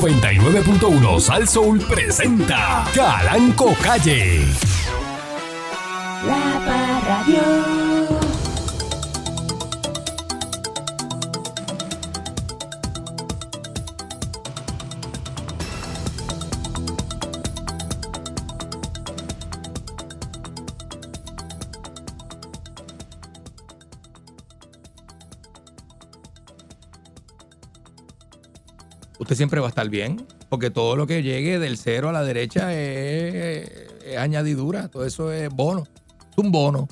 99.1 Sal Soul presenta Calanco Calle. La Parradio. usted siempre va a estar bien, porque todo lo que llegue del cero a la derecha es, es añadidura, todo eso es bono, es un bono.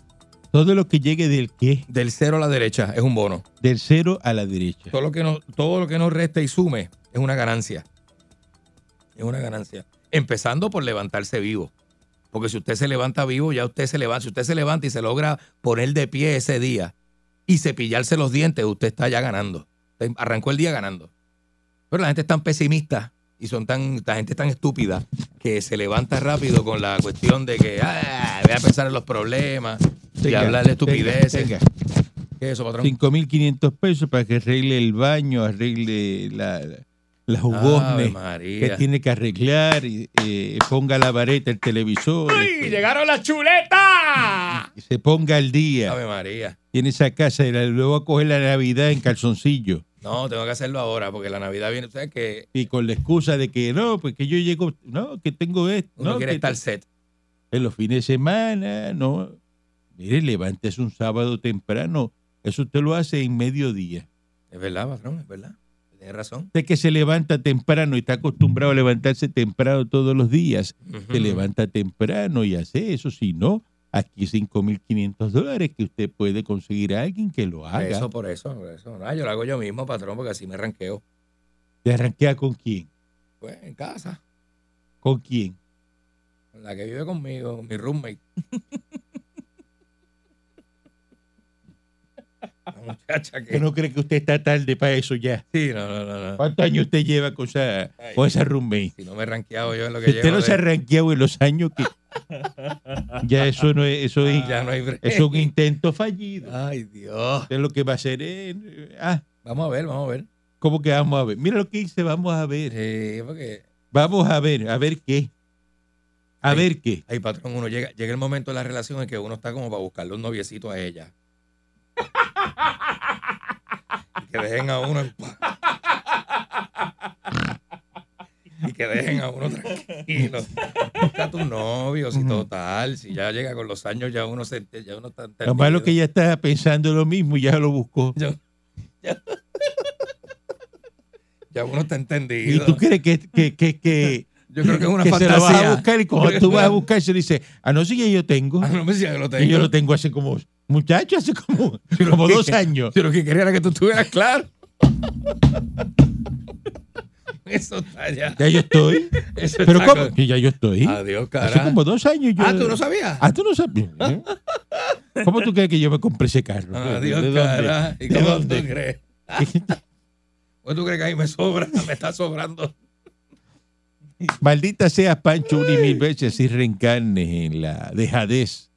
Todo lo que llegue del qué? Del cero a la derecha es un bono. Del cero a la derecha. Todo lo que nos, todo lo que nos resta y sume es una ganancia. Es una ganancia. Empezando por levantarse vivo. Porque si usted se levanta vivo, ya usted se levanta. Si usted se levanta y se logra poner de pie ese día y cepillarse los dientes, usted está ya ganando. Usted arrancó el día ganando. Pero la gente es tan pesimista y son tan, la gente es tan estúpida que se levanta rápido con la cuestión de que ah, voy a pensar en los problemas y Tenga, hablar de estupideces. tenga, ¿Qué es eso, patrón? 5.500 pesos para que arregle el baño, arregle la, la- las Ave jugosnes que María. tiene que arreglar, y, eh, ponga la vareta, el televisor, ¡Ay, este, ¡Llegaron las chuletas! que se ponga al día. Ave María. Tiene esa casa y la- luego a coger la Navidad en calzoncillo. No, tengo que hacerlo ahora porque la Navidad viene. ¿Sabes que Y con la excusa de que no, pues que yo llego, no, que tengo esto, Uno no, quiere que- estar set. en los fines de semana, no. Mire, levántese un sábado temprano. Eso usted lo hace en mediodía. Es verdad, patrón, es verdad. Tienes razón. Usted que se levanta temprano y está acostumbrado a levantarse temprano todos los días, Ujú. se levanta temprano y hace eso. Si no, aquí 5.500 dólares que usted puede conseguir a alguien que lo Por haga. eso, por eso, por eso. No, yo lo hago yo mismo, patrón, porque así me ranqueo. ¿Te arranquea con quién? Pues en casa. ¿Con quién? Con La que vive conmigo, mi roommate. La muchacha que. ¿Usted no cree que usted está tarde para eso ya? Sí, no, no, Eh. no. no. ¿Cuántos años usted lleva con esa, Ay. con esa roommate? Si no me he ranqueado yo en lo que Si usted llevo. no se ha de- ranqueado en los años que... ya eso no es... Eso es Ya no hay break. Es un intento fallido. Ay, Dios. Usted lo que va a hacer es. eh, Ah, Vamos a ver, vamos a ver. ¿cómo que vamos a ver? Mira lo que dice, vamos a ver. Sí, eh, porque. Vamos a ver, a ver qué. A Sí. ver qué. Ay, patrón, uno llega, llega el momento de la relación en que uno está como para buscarle un noviecito a ella. Y que dejen a uno en paz. Y que dejen a uno tranquilo. Busca tu novio, si Ujú. total, si ya llega con los años, ya uno se ya uno está Lo malo que entendido. ella está pensando lo mismo y ya lo buscó. ya uno está ¿Y entendido. tú crees que, que, que, que, Yo creo que es una que se la fantasía. vas a buscar? Y cuando tú vas a buscar, se le dice, ah, no, sí, ya yo tengo. Ah, no me decía que lo Y tengo. yo lo tengo hace como, muchacho, hace como, como dos años. Yo lo que quería era que tú estuvieras claro. Eso está ya. Ya yo estoy. Eso Pero está ¿cómo? con- Que ya yo estoy. Adiós, Hace cara. como dos años yo. Ah, ¿tú no sabías? Ah, tú no sabías. ¿eh? ¿Cómo tú crees que yo me compré ese carro? Adiós, ¿De cara. Ah, ¿Y ¿De cómo tú dónde? crees? ¿Cómo tú crees que ahí me sobra? Me está sobrando. Maldita seas, Pancho, una y mil veces y reencarnes en la dejadez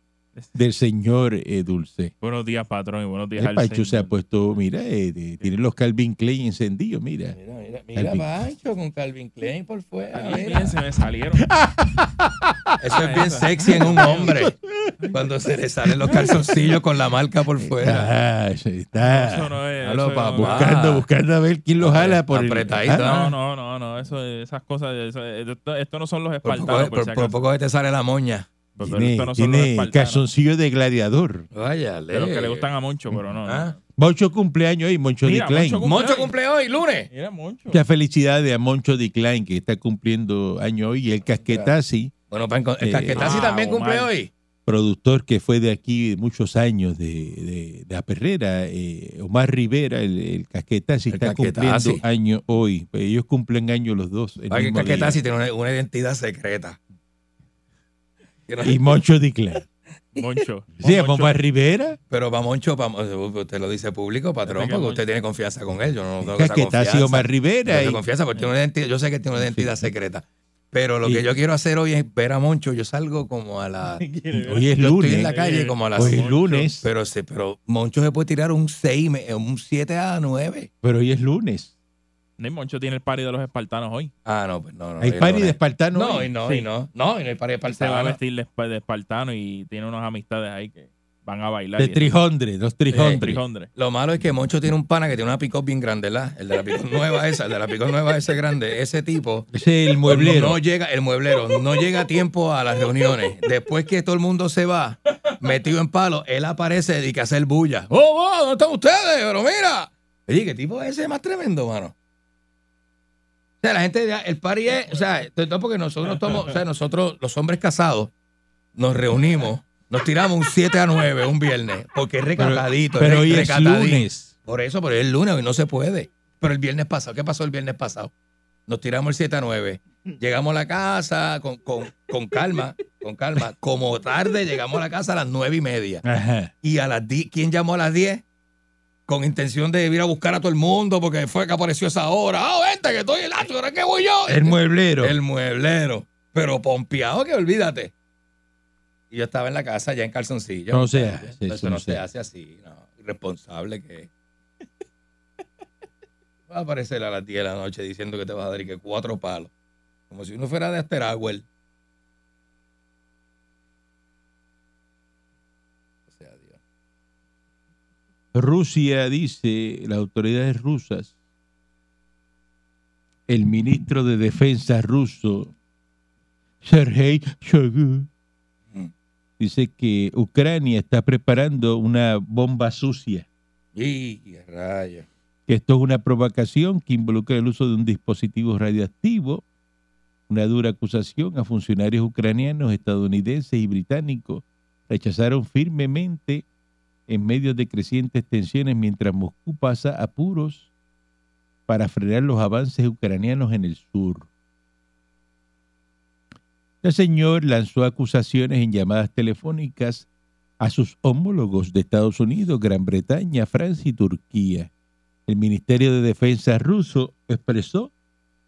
del señor eh, Dulce. Buenos días, patrón, y buenos días Eh, al Pancho señor. se ha puesto, mira, eh, de- tiene los Calvin Klein encendidos, mira. Mira, mira, Calvin. Pancho con Calvin Klein por fuera. Ay, mira. bien, se me salieron. Eso es bien sexy en un hombre. Cuando se le salen los calzoncillos con la marca por fuera. Ah, se está Eso no es. Aló, eso no- papá. buscando, buscando a ver quién los jala por el- Apretadito, Ah, No, no, no, no. Eso, esas cosas. eso- esto, esto no son los Por poco, espartanos, por, por- si por acaso. poco te sale la moña. Pero Tiene, esto no son los tiene espartanos, calzoncillo de gladiador. Vaya, De los que le gustan a Moncho, pero no. no. Ah. Moncho cumpleaños hoy, Moncho Mira, de Klein. Moncho cum- Moncho cumple hoy, lunes. Mira, Moncho. Muchas felicidades a Moncho de Klein, que está cumpliendo año hoy, y el Casquetazzi, Bueno, para encon- el Eh, Casquetazzi ah, también cumple Omar. hoy. productor que fue de aquí muchos años de, de, de la perrera, eh, Omar Rivera, el, el Casquetazzi, El está Casquetazzi. cumpliendo año hoy. Pues ellos cumplen año los dos. el Ay, el mismo día. Casquetazzi tiene una, una identidad secreta. Que no- Y Moncho de Klein. Moncho. Sí, Moncho. Omar Rivera, Pero para Moncho, pa' Mon- eh, usted lo dice público, patrón, Desde que porque Moncho- usted tiene confianza con él. Yo no tengo esa Casquetazzi, confianza. Omar Yo tengo Rivera. esa y- confianza, porque tiene una identidad- yo sé que tiene una identidad secreta. Pero lo Sí. que yo quiero hacer hoy es ver a Moncho. Yo salgo como a la... hoy es Yo estoy en lunes. la calle como a las... Hoy es lunes, Pero, se- pero Moncho se puede tirar un 6, un 7 eh, a 9. pero hoy es lunes. Ni Moncho tiene el pari de los espartanos hoy. Ah, no, pues no, no. Hay yo pari no- de espartano. No, hoy. y no, Sí. y no. No, y no hay pari de Se va a espartano. vestir de, espa- de espartano y tiene unas amistades ahí que van a bailar. de y- trijondre, los de trijondres. trijondre. Lo malo es que Moncho tiene un pana que tiene una pick bien grande, ¿verdad? El de la pick nueva esa, el de la pick nueva ese grande. Ese tipo Ese es el mueblero. No llega, el mueblero, no llega a tiempo a las reuniones. Después que todo el mundo se va, metido en palo, él aparece y que hacer bulla. ¡Oh, oh! ¿Dónde están ustedes? Pero mira. Oye, ¿qué tipo es ese más tremendo, mano? O sea, la gente, ya- el party es, o sea, esto es porque nosotros estamos, o sea, nosotros, los hombres casados, nos reunimos, nos tiramos un 7 a 9 un viernes, porque es recatadito, pero hoy es recatadito. lunes. Por eso, pero es el lunes, hoy no se puede. Pero el viernes pasado, ¿qué pasó el viernes pasado? Nos tiramos el 7 a 9. Llegamos a la casa con, con- con calma, con calma. Como tarde llegamos a la casa a las 9 y media. Ajá. Y a las 10, ¿quién llamó a las 10? Con intención de ir a buscar a todo el mundo porque fue que apareció esa hora. ¡Ah, vente, que estoy el ¿ahora que voy yo? El mueblero. El mueblero. Pero pompeado que olvídate. Y yo estaba en la casa ya en calzoncillo. No se hace Entonces, eso, no no se se hace así, no. Irresponsable que es. Va a aparecer a las 10 de la noche diciendo que te vas a dar y que cuatro palos. Como si uno fuera de Asteragüel. O sea, Dios. Rusia dice, las autoridades rusas, el ministro de Defensa ruso, Sergei Shoigu, Mm. dice que Ucrania está preparando una bomba sucia, Y rayos. que esto es una provocación que involucra el uso de un dispositivo radioactivo, una dura acusación a funcionarios ucranianos, estadounidenses y británicos, rechazaron firmemente en medio de crecientes tensiones mientras Moscú pasa apuros para frenar los avances ucranianos en el sur. El señor lanzó acusaciones en llamadas telefónicas a sus homólogos de Estados Unidos, Gran Bretaña, Francia y Turquía. El Ministerio de Defensa ruso expresó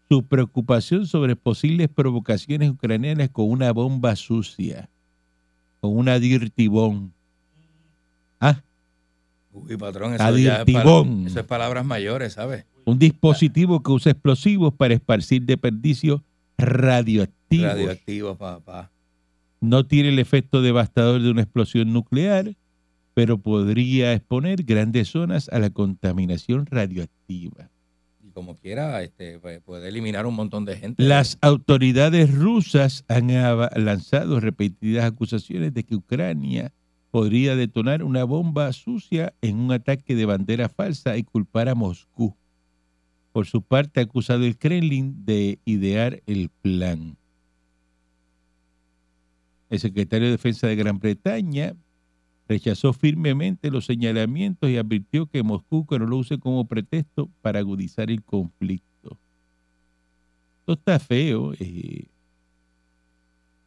su preocupación sobre posibles provocaciones ucranianas con una bomba sucia, con una dirty bomb. Ah, Uy, patrón, eso, ya es, Adictivón. pala- eso es palabras mayores, ¿sabes? un dispositivo que usa explosivos para esparcir desperdicios radioactivos. Radioactivos, papá. No tiene el efecto devastador de una explosión nuclear, pero podría exponer grandes zonas a la contaminación radioactiva. Y como quiera, este, pues, puede eliminar un montón de gente. Las autoridades rusas han ava- lanzado repetidas acusaciones de que Ucrania podría detonar una bomba sucia en un ataque de bandera falsa y culpar a Moscú. Por su parte, ha acusado el Kremlin de idear el plan. El secretario de Defensa de Gran Bretaña rechazó firmemente los señalamientos y advirtió que Moscú que no lo use como pretexto para agudizar el conflicto. Esto está feo. eh.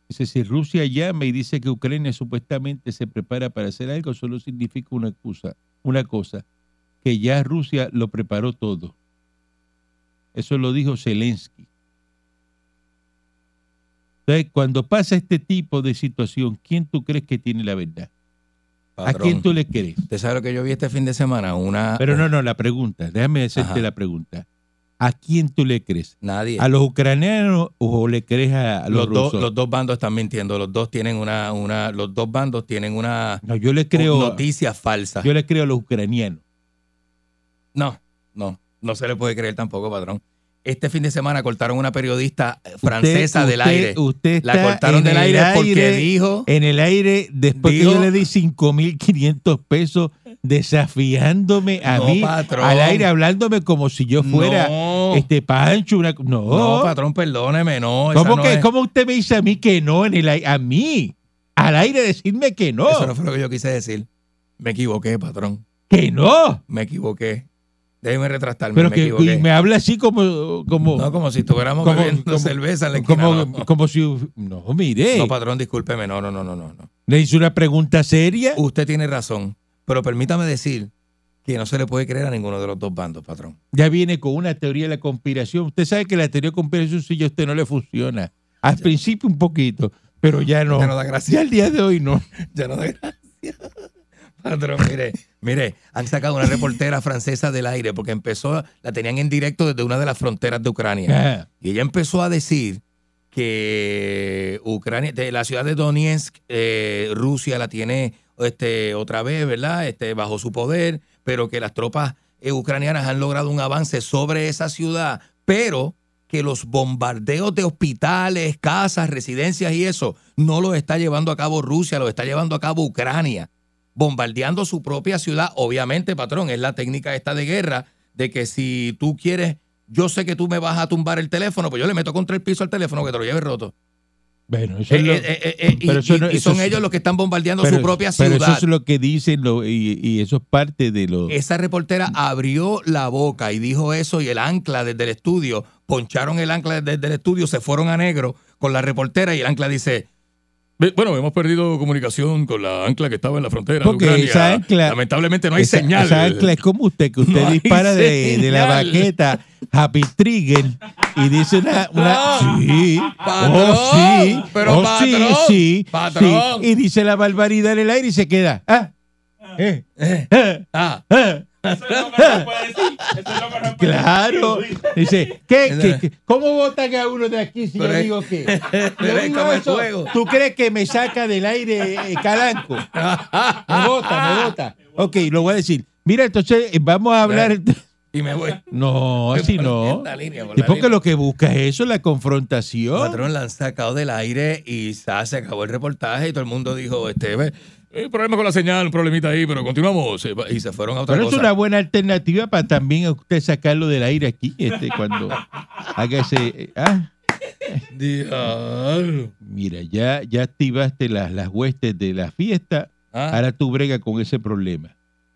Dice, si Rusia llama y dice que Ucrania supuestamente se prepara para hacer algo, solo significa una cosa, una cosa, que ya Rusia lo preparó todo. Eso lo dijo Zelensky. Entonces, cuando pasa este tipo de situación, ¿quién tú crees que tiene la verdad? ¿A patrón. quién tú le crees? ¿Usted sabe lo que yo vi este fin de semana? Una. Pero no, no, la pregunta, déjame hacerte Ah, Ajá. la pregunta. ¿A quién tú le crees? Nadie. ¿A los ucranianos o le crees a los, los, dos, rusos? los dos bandos están mintiendo. Los dos tienen una, una, los dos bandos tienen una No, yo le creo, noticia falsa. yo le creo a los ucranianos. No, no, no se le puede creer tampoco, patrón. Este fin de semana cortaron una periodista eh, francesa Usted- del usted- aire. Usted está La cortaron en del el aire, porque aire- Eh, dijo. en el aire después Dijo- que yo le di 5.500 pesos desafiándome a No, mí patrón. al aire hablándome como si yo fuera no, este Pancho. Una, no, no, patrón, perdóneme, no. esa ¿Cómo, no que, es- cómo usted me dice a mí que no en el aire? A mí, al aire decirme que no, Eso no fue lo que yo quise decir. Me equivoqué, patrón. que no. Me equivoqué. Déjeme retractarme. Pero me que y equivoqué. me habla así como... como No, como si estuviéramos Como- bebiendo como- cerveza en la esquina, como, no. como si... No, mire. No, patrón, discúlpeme. No, no, no, no, no. no. le hice una pregunta seria. Usted tiene razón, pero permítame decir que no se le puede creer a ninguno de los dos bandos, patrón. ya viene con una teoría de la conspiración. Usted sabe que la teoría de conspiración sí a usted no le funciona. Al principio un poquito, pero ya no. Ya no da Ya gracia. al día de hoy no. Ya no da gracia. Patrón, mire, mire, han sacado una reportera francesa del aire porque empezó, la tenían en directo desde una de las fronteras de Ucrania. Ah, Y ella empezó a decir que Ucrania, de la ciudad de Donetsk, eh, Rusia la tiene este, otra vez, ¿verdad? Este, bajo su poder, pero que las tropas eh, ucranianas han logrado un avance sobre esa ciudad, pero que los bombardeos de hospitales, casas, residencias y eso no los está llevando a cabo Rusia, los está llevando a cabo Ucrania, bombardeando su propia ciudad. Obviamente, patrón, es la técnica esta de guerra de que si tú quieres, yo sé que tú me vas a tumbar el teléfono, pues yo le meto contra el piso al teléfono que te lo lleve roto. Bueno, eso es Eh, lo- eh, eh, eh, y- pero eso y, no- y eso son es- ellos los que están bombardeando su propia pero ciudad. eso es lo que dicen lo- y, y eso es parte de lo... Esa reportera abrió la boca y dijo eso y el ancla desde el estudio, poncharon el ancla desde el estudio, se fueron a negro con la reportera y el ancla dice... "Ve- Bueno, hemos perdido comunicación con la ancla que estaba en la frontera. de Porque Ucrania. esa ancla- Lamentablemente no hay Esa- señal. esa ancla es como usted, que usted No hay dispara de, de la señal. baqueta Happy Trigger y dice una. una- No. sí, Patrón, oh, sí, pero oh, sí, patrón, sí, patrón. sí, Y dice la barbaridad en el aire y se queda. Ah, eh, Eh, eh, ah, eh. Eso es lo mejor que puede decir. Eso es lo mejor que puede Claro, decir. dice, ¿qué, qué, qué? cómo votan a uno de aquí si Pero yo es- digo que? pero es como el juego. ¿Tú crees que me saca del aire eh, Calanco? Me vota, me vota. Ok, lo voy a decir. Mira, entonces eh, vamos a hablar. ent- y me voy. No, así no. Esta línea, por Sí, la porque línea. lo que busca es eso, la confrontación. Patrón la han sacado del aire y sa, se acabó el reportaje y todo el mundo dijo, este, ve, hay problema con la señal, un problemita ahí, pero continuamos. eh, Y se fueron a otra Pero es cosa. una buena alternativa para también a usted sacarlo del aire aquí, este, cuando haga ese. eh, ah, Diablo. mira, ya, ya activaste las, las huestes de la fiesta. Ah, Ahora tú brega con ese problema.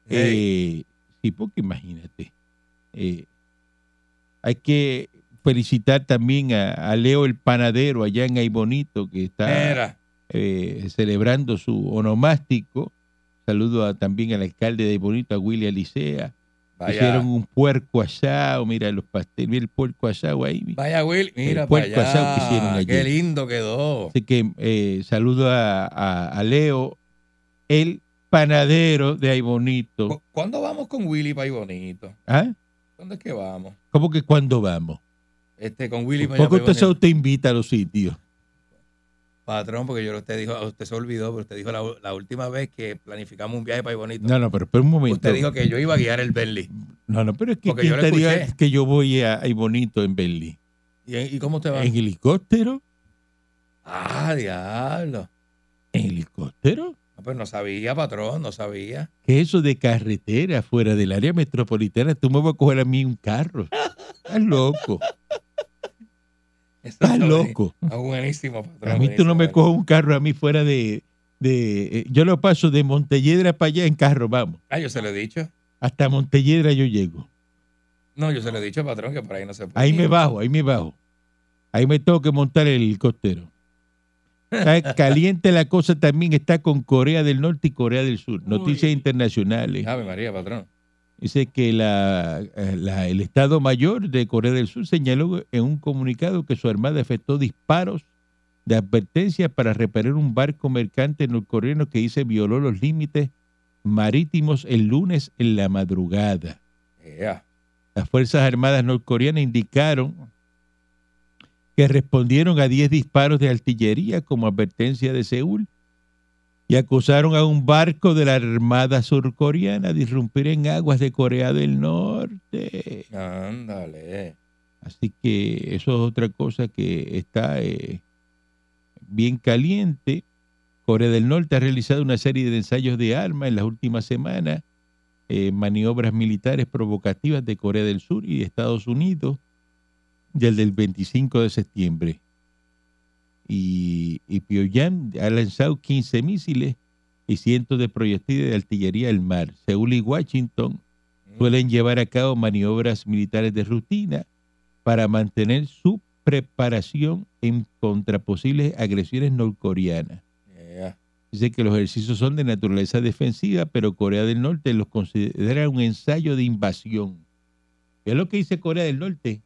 ey, Eh, sí, porque imagínate. eh, hay que felicitar también a, a Leo el panadero allá en Aybonito, que está mira, eh, celebrando su onomástico. Saludo a- también al alcalde de Aybonito, a Willy Alicea. vaya, Hicieron un puerco asado, mira los pasteles, mira el puerco asado ahí. mira. vaya Will, mira el para puerco asado que hicieron allá. ayer. Qué lindo quedó. Así que eh, saludo a, a- a Leo, el panadero de Aybonito. ¿Cu- ¿Cuándo vamos con Willy para ahí bonito? ¿Ah? ¿Cuándo es que vamos? ¿Cómo que cuándo vamos? Este, con Willy para ¿Por qué usted se autoinvita a los sitios? Patrón, porque yo usted dijo, usted se olvidó, pero usted dijo la, la última vez que planificamos un viaje para ahí bonito. No, no, pero espera un momento. usted dijo que yo iba a guiar el Bentley. no, no, pero es que Porque ¿quién yo lo te diga escuché. que yo voy a, a Bonito en Berlín. ¿Y, y cómo usted va? ¿En helicóptero? Ah, diablo. ¿En helicóptero? No, pues no sabía, patrón, no sabía. Que eso de carretera fuera del área metropolitana, tú me vas a coger a mí un carro. Estás loco, Eso estás está buen- loco. está Ah, buenísimo, patrón. A mí tú buenísimo, no me buenísimo. coges un carro a mí fuera de... de eh, yo lo paso de Montelledra para allá en carro, vamos. Ah, yo se lo he dicho. Hasta Montelledra yo llego. No, yo se lo he dicho, patrón, que por ahí no se puede. Ahí me ir. bajo, ahí me bajo. Ahí me tengo que montar el helicóptero. Está caliente la cosa también está con Corea del Norte y Corea del Sur. Noticias internacionales. Ave María, patrón. Dice que la- eh, la- el Estado Mayor de Corea del Sur señaló en un comunicado que su armada efectuó disparos de advertencia para reparar un barco mercante norcoreano que dice violó los límites marítimos el lunes en la madrugada. Ea. Las Fuerzas Armadas norcoreanas indicaron que respondieron a 10 disparos de artillería como advertencia de Seúl y acusaron a un barco de la Armada surcoreana de irrumpir en aguas de Corea del Norte. Ándale. Así que eso es otra cosa que está eh, bien caliente. Corea del Norte ha realizado una serie de ensayos de armas en las últimas semanas, eh, maniobras militares provocativas de Corea del Sur y de Estados Unidos desde el 25 de septiembre. Y, y Pyongyang ha lanzado 15 misiles y cientos de proyectiles de artillería al mar. Seúl y Washington Mm, suelen llevar a cabo maniobras militares de rutina para mantener su preparación en contra posibles agresiones norcoreanas. Ea. Dice que los ejercicios son de naturaleza defensiva, pero Corea del Norte los considera un ensayo de invasión. ¿Qué es lo que dice Corea del Norte?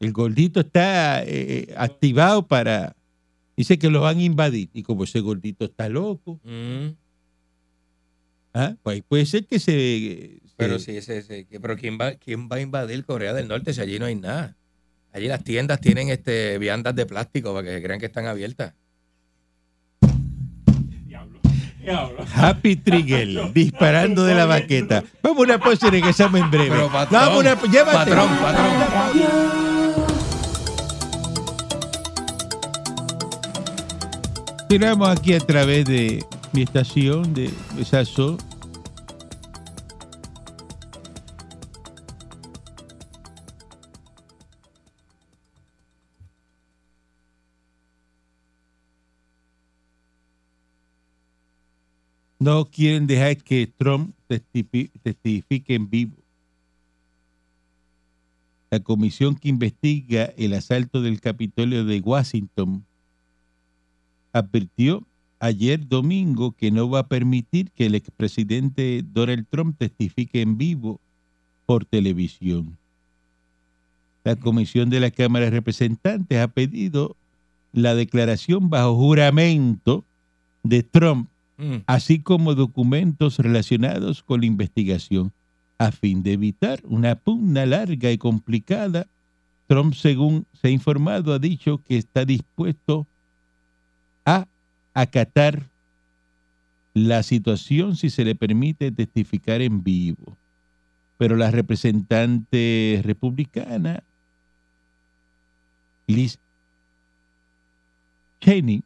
El gordito está eh, eh, activado para... Dice que los van a invadir. Y como ese gordito está loco, Mm. Ah, Pues puede ser que se. eh, se- Pero sí, sí, sí. que- Pero ¿quién va, ¿quién va a invadir Corea del Norte si allí no hay nada? Allí las tiendas tienen este viandas de plástico para que se crean que están abiertas. Happy Trigger, disparando de la baqueta. Vamos a una pausa y regresamos en breve. Pero patrón, Vamos a una llévate. patrón, patrón. Continuamos aquí a través de mi estación de Besazo. No quieren dejar que Trump testifi- testifique en vivo. La comisión que investiga el asalto del Capitolio de Washington advirtió ayer domingo que no va a permitir que el expresidente Donald Trump testifique en vivo por televisión. La Comisión de la Cámara de Representantes ha pedido la declaración bajo juramento de Trump, Mm. así como documentos relacionados con la investigación, a fin de evitar una pugna larga y complicada. Trump, según se ha informado, ha dicho que está dispuesto a acatar la situación si se le permite testificar en vivo. Pero la representante republicana, Liz Cheney,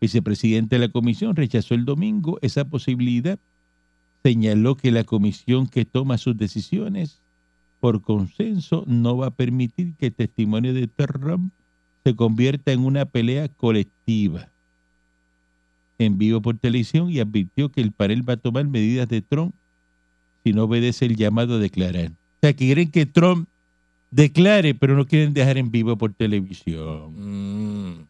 vicepresidente de la comisión, rechazó el domingo esa posibilidad. Señaló que la comisión que toma sus decisiones por consenso no va a permitir que el testimonio de Trump se convierta en una pelea colectiva en vivo por televisión y advirtió que el panel va a tomar medidas de Trump si no obedece el llamado a declarar. O sea, que quieren que Trump declare, pero no quieren dejar en vivo por televisión. Mm.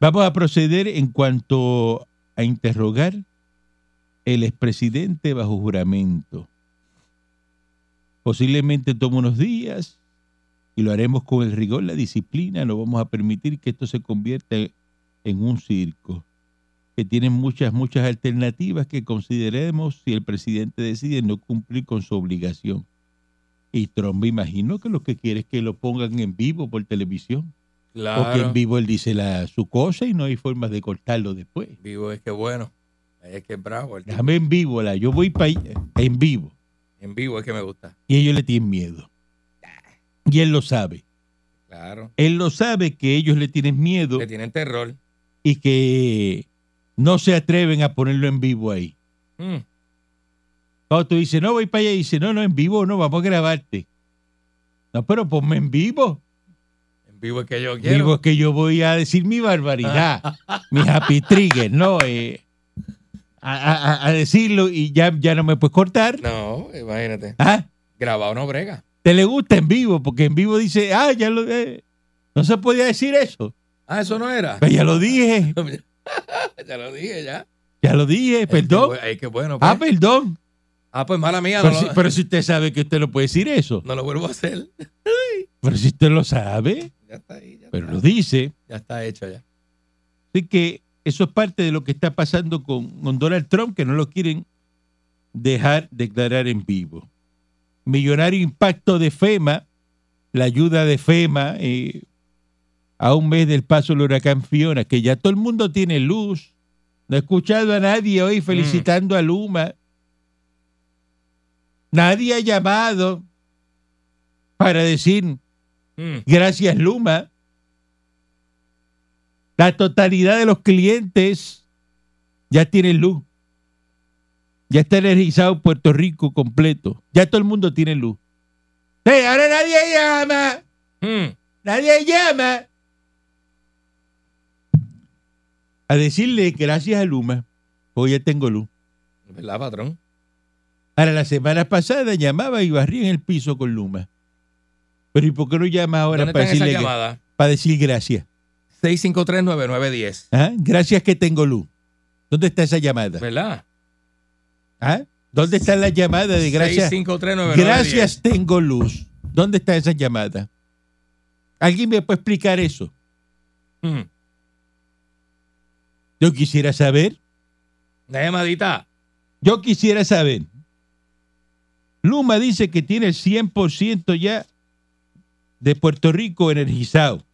Vamos a proceder en cuanto a interrogar el expresidente bajo juramento. Posiblemente tome unos días y lo haremos con el rigor, la disciplina. No vamos a permitir que esto se convierta en un circo, que tiene muchas, muchas alternativas que consideremos si el presidente decide no cumplir con su obligación. Y Trump me imagino que lo que quiere es que lo pongan en vivo por televisión. Porque Claro. en vivo él dice la, su cosa y no hay formas de cortarlo después. Vivo es que bueno. Ahí es que es bravo. el tipo. Déjame en vivo, la, yo voy para en vivo. En vivo es que me gusta. Y ellos le tienen miedo. Y él lo sabe. Claro. Él lo sabe que ellos le tienen miedo Que tienen terror. y que no se atreven a ponerlo en vivo ahí. Mm. Cuando tú dices, no, voy para allá, y dice, no, no, en vivo no, vamos a grabarte. No, pero ponme en vivo. En vivo es que yo quiero. Vivo es que yo voy a decir mi barbaridad, mi happy trigger, ¿no? eh, a, a- a- a decirlo y ya, ya no me puedes cortar. No, imagínate. ¿Ah? Grabado no brega. ¿Te le gusta en vivo? Porque en vivo dice, ah, ya lo... eh, no se podía decir eso. Ah, eso no era. Pero ya lo dije, ya lo dije ya. ya lo dije, perdón. Es que, bu- es que bueno. Este Pues. Ah, perdón. Ah, pues mala mía. No, Pero si, lo, pero si usted sabe que usted no puede decir eso. no lo vuelvo a hacer. Pero si usted lo sabe, Ya está ahí. Ya, pero está, lo dice. ya está hecho ya. Así que eso es parte de lo que está pasando con, con Donald Trump, que no lo quieren dejar declarar en vivo. Millonario impacto de FEMA, la ayuda de FEMA eh, a un mes del paso del huracán Fiona, que ya todo el mundo tiene luz. No he escuchado a nadie hoy felicitando a Luma. Nadie ha llamado para decir Mm. Gracias, Luma. La totalidad de los clientes ya tienen luz. Ya está energizado Puerto Rico completo. Ya todo el mundo tiene luz. ¡Sí, ahora nadie llama! Mm. Nadie llama. A decirle gracias a Luma. Hoy ya tengo luz. ¿Verdad, patrón? Ahora, la semana pasada llamaba y barría en el piso con Luma. Pero ¿y por qué no llama ahora ¿Dónde para, están esas decirle gra- llamadas? para decir gracias? 6539910. ¿Ah? Gracias que tengo luz. ¿Dónde está esa llamada? ¿Verdad? ¿Ah? ¿Dónde está la llamada de gracias? 6539910. Gracias tengo luz. ¿Dónde está esa llamada? ¿Alguien me puede explicar eso? Mm. Yo quisiera saber. Una llamadita. Yo quisiera saber. Luma dice que tiene el 100% ya de Puerto Rico energizado.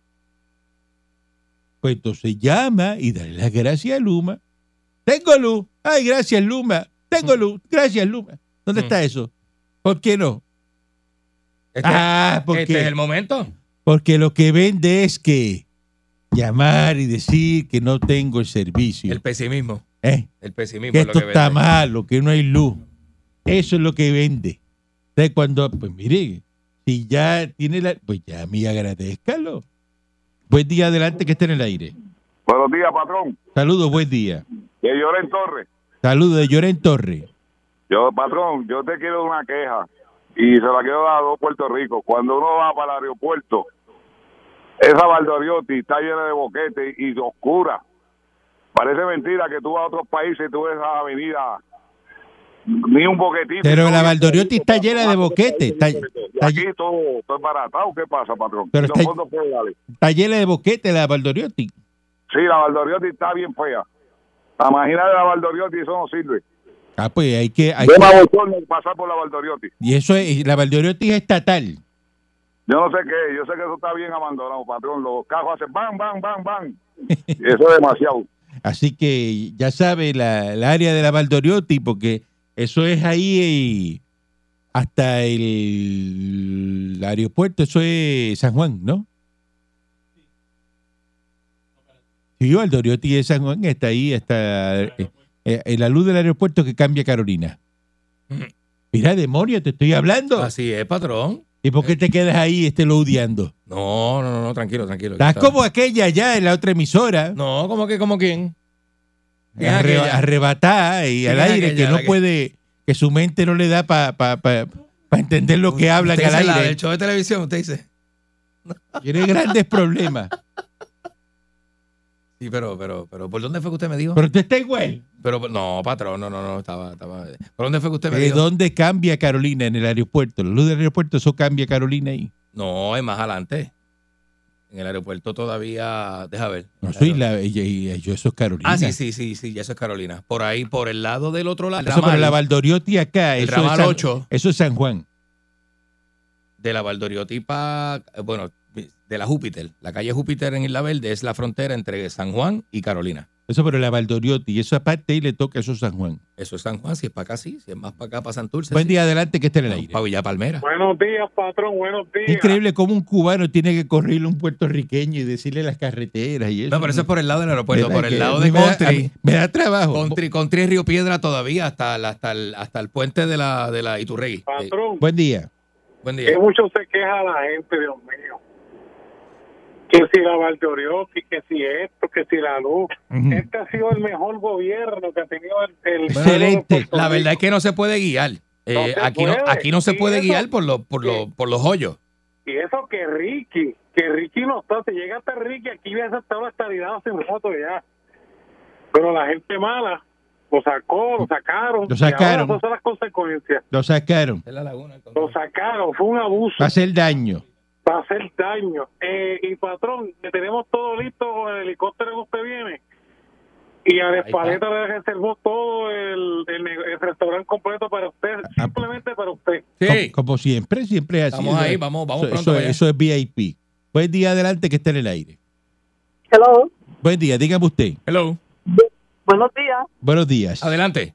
Pues entonces llama y dale las gracias a Luma. Tengo luz. Ay, gracias Luma. Tengo luz. Gracias Luma. ¿Dónde Mm. está eso? ¿Por qué no? Este, Ah, porque, este es el momento. porque lo que vende es que llamar y decir que no tengo el servicio. El pesimismo. ¿eh? El pesimismo que es lo esto que está vende. malo, que no hay luz. Eso es lo que vende. Entonces, cuando, pues mire, si ya tiene la. Pues ya a mí agradezcalo. Buen día, adelante, que esté en el aire. Buenos días, patrón. Saludos, buen día. Que Lloren Torres. Saludos de Lloren Torre. Yo, patrón, yo te quiero una queja y se la quiero dar a dos Puerto Rico. Cuando uno va para el aeropuerto, esa Valdoriotti está llena de boquetes y de oscura. Parece mentira que tú vas a otros países y tú ves esa avenida ni un boquetito. Pero la Valdoriotti está llena de boquetes. Está, Y está- aquí todo, todo es baratado. ¿Qué pasa, patrón? Pero Y los está- fondos federales. está llena de boquetes la Valdoriotti. Sí, la Valdoriotti está bien fea. Imagínate la Valdoriotti, eso no sirve. Ah, pues hay que. hay- Yo me abochorno al pasar por la Valdoriotti. y eso es. La Valdoriotti es estatal. Yo no sé qué, yo sé que eso está bien abandonado, patrón. Los carros hacen bam, bam, bam, bam. Y eso es demasiado. Así que ya sabe la, la área de la Valdoriotti, porque eso es ahí eh, hasta el, aeropuerto, eso es San Juan, ¿no? Sí, Valdoriotti es San Juan, está ahí, está eh, eh, en la luz del aeropuerto que cambia Carolina. Ujú. Mira, demonio, te estoy hablando. Así es, patrón. ¿Y por qué te quedas ahí este lo odiando? No, no, no, no, tranquilo, tranquilo. Estás Está- como aquella allá en la otra emisora, No, como que, como quién. ¿Quién es arre- aquella? arrebatada y ¿Quién al es aire aquella? que no La que- puede, que su mente no le da para entender lo que hablan Usted al dice la del aire. show de televisión, usted dice. Tiene grandes problemas. Sí, pero, pero, pero, ¿por dónde fue que usted me dijo? Pero usted está igual. Pero, no, patrón, no, no, no, estaba, estaba. ¿Por dónde fue que usted me ¿De dijo? dónde cambia Carolina en el aeropuerto? La luz del aeropuerto, eso cambia Carolina ahí. No, es más adelante. En el aeropuerto todavía, deja ver. No soy la, y- y- y- yo, eso es Carolina. Ah, sí, sí, sí, sí, ya eso es Carolina. Por ahí, por el lado del otro lado, el Eso, pero ramal la Valdoriotti acá, el eso es, ramal San, 8. eso es San Juan. de la Valdoriotipa, eh, bueno, de la Júpiter. La calle Júpiter en Isla Verde es la frontera entre San Juan y Carolina. Eso, pero la Valdoriotti, y eso aparte ahí le toca, eso es San Juan. Eso es San Juan, si es para acá, sí, si es más para acá, para Santurce. Buen sí. día, adelante, que esté en el aire. Pa' Villa Palmera. Buenos días, patrón, buenos días. Increíble cómo un cubano tiene que correrle a un puertorriqueño y decirle las carreteras y eso. No, pero eso es por el lado del aeropuerto, ¿Verdad por el que lado a mí de me da- a Country. mí me da trabajo. Country, Country es Río Piedra todavía, hasta, la- hasta, el, hasta el puente de la, de la Iturregui. Eh, Patrón, Buen día. buen día. que mucho se queja la gente, Dios mío. Que si la Valdoriotti, que si esto, que si la luz. Este ha sido el mejor gobierno que ha tenido el... el Excelente. pueblo de Puerto La verdad es Rico. que no se puede guiar. Eh, No se aquí, no, puede. aquí no se Y puede eso- guiar por, los por, los Sí. por los hoyos. Y eso que Ricky, que Ricky no está, se llega hasta Ricky, aquí hubiese aceptado la estabilidad hace un rato ya. Pero la gente mala lo sacó, lo sacaron. Lo sacaron. Y ahora esas son las consecuencias. Lo sacaron. Es la laguna. Lo sacaron, fue un abuso. Va a hacer daño. para hacer daño. Eh, y patrón, que tenemos todo listo con el helicóptero que usted viene. Y a la está. espaleta le reservó todo el, el, ne- el restaurante completo para usted, Ah, simplemente para usted. Sí, Com- Como, siempre, siempre es así. estamos Eso ahí, es- vamos, vamos eso, pronto. eso- para allá. eso es VIP. Buen día, adelante, que esté en el aire. Hello, Buen día, dígame usted. Hello. buenos días. Buenos días. Adelante.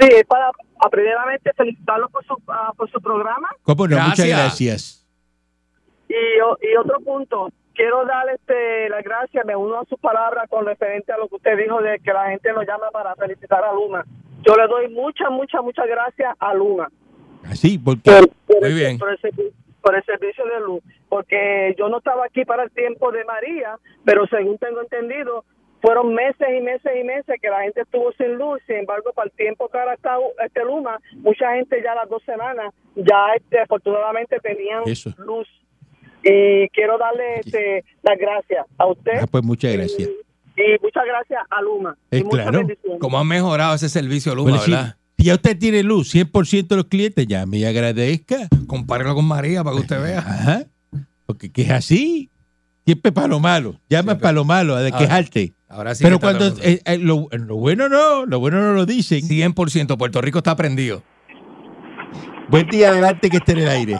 Sí, es para a- primeramente felicitarlo por su, ah, por su programa ¿Cómo no? Muchas Gracias. gracias. y, o- y otro punto, quiero dar este, las gracias, me uno a sus palabras con referente a lo que usted dijo de que la gente lo llama para felicitar a Luma. Yo le doy muchas, muchas, muchas gracias a Luma Así, porque por, por Muy el- bien. por el servi- por el servicio de luz, porque yo no estaba aquí para el tiempo de María, pero según tengo entendido, fueron meses y meses y meses que la gente estuvo sin luz, sin embargo, para el tiempo que ahora está u- este Luma, mucha gente ya las dos semanas, ya este, afortunadamente tenían Eso. luz. Y quiero darle este, las gracias a usted Ah, pues muchas gracias. y muchas gracias a Luma. Eh, y muchas claro. bendiciones. ¿Cómo han mejorado ese servicio, Luma, Bueno, sí, verdad? si ya usted tiene luz, 100% de los clientes, ya me agradezca. Compárelo con María para que usted vea. Ajá. Porque que es así. Siempre para lo malo. Llama Siempre. para lo malo, a de Ah. quejarte. Ahora sí. Pero que está cuando todo el mundo. eh, eh, lo, lo bueno no, lo bueno no lo dicen. 100% Puerto Rico está prendido. Buen día, adelante que esté en el aire.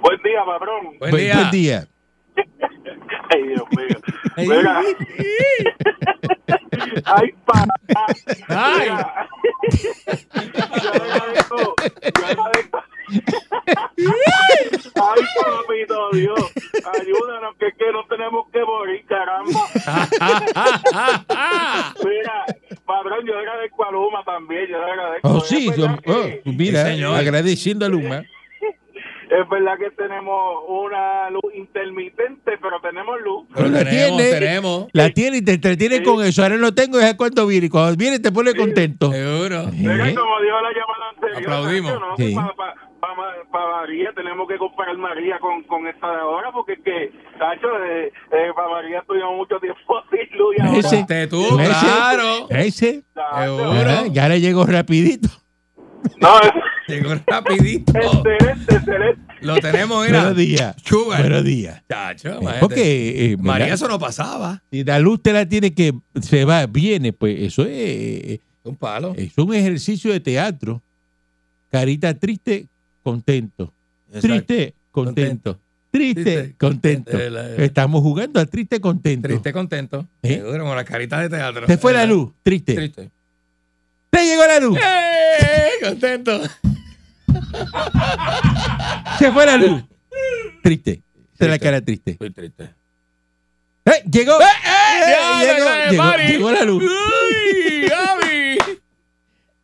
Buen día, patrón. Buen día. Ay, Dios mío. Mira. Ay, papá. Ay. Mira. Yo agradezco. Yo agradezco. Ay, papito Dios. Ayúdanos, que es que no tenemos que morir, caramba. Ah, Mira, patrón, yo agradezco a Luma también. Yo le agradezco. Oh, sí, Es yo- verdad oh, que- mira, Sí, señor. agradeciendo a Luma. es verdad que tenemos una luz intermitente, pero tenemos luz. Pero la tenemos, tiene. tenemos. La tiene y te entretiene Sí. con eso. Ahora no tengo, es cuando viene. Cuando viene te pone contento. Seguro. Mira, ¿Eh? como dijo la llamada anterior, Aplaudimos. Sí. Para María tenemos que comparar María con, con esta de ahora, porque es que, Tacho, eh, para María estuvimos mucho tiempo sin luz y ahora, Ese. Ponte tú, Ese. claro. Ese. Tacho, Seguro. Ajá, Y ahora llegó rapidito. No, es Llegó rapidito. Este. excelente, excelente. Lo tenemos, era. Buenos días. Sugar. Buenos días. Chacho, Eh, imagínate. Porque eh, María, ¿verdad? eso no pasaba. si la luz te la tiene que se va, viene, pues eso es, eh, Un palo. es un ejercicio de teatro. Carita triste, contento. Exacto. Triste, contento. Contento. Triste, Triste, contento. Eh, la- eh, Estamos jugando a triste, contento. Triste, contento. ¿Eh? Seguro, con las caritas de teatro. Te fue la Eh, luz, triste. Triste. Te llegó la luz, ¡Eh! Contento. se fue la luz. Triste. Esa es la Triste. cara triste. Muy triste. ¡Eh! ¡Llegó! ¡Eh, ya, llegó, ya, ya, llegó, Mari. llegó la luz. ¡Uy, Gaby!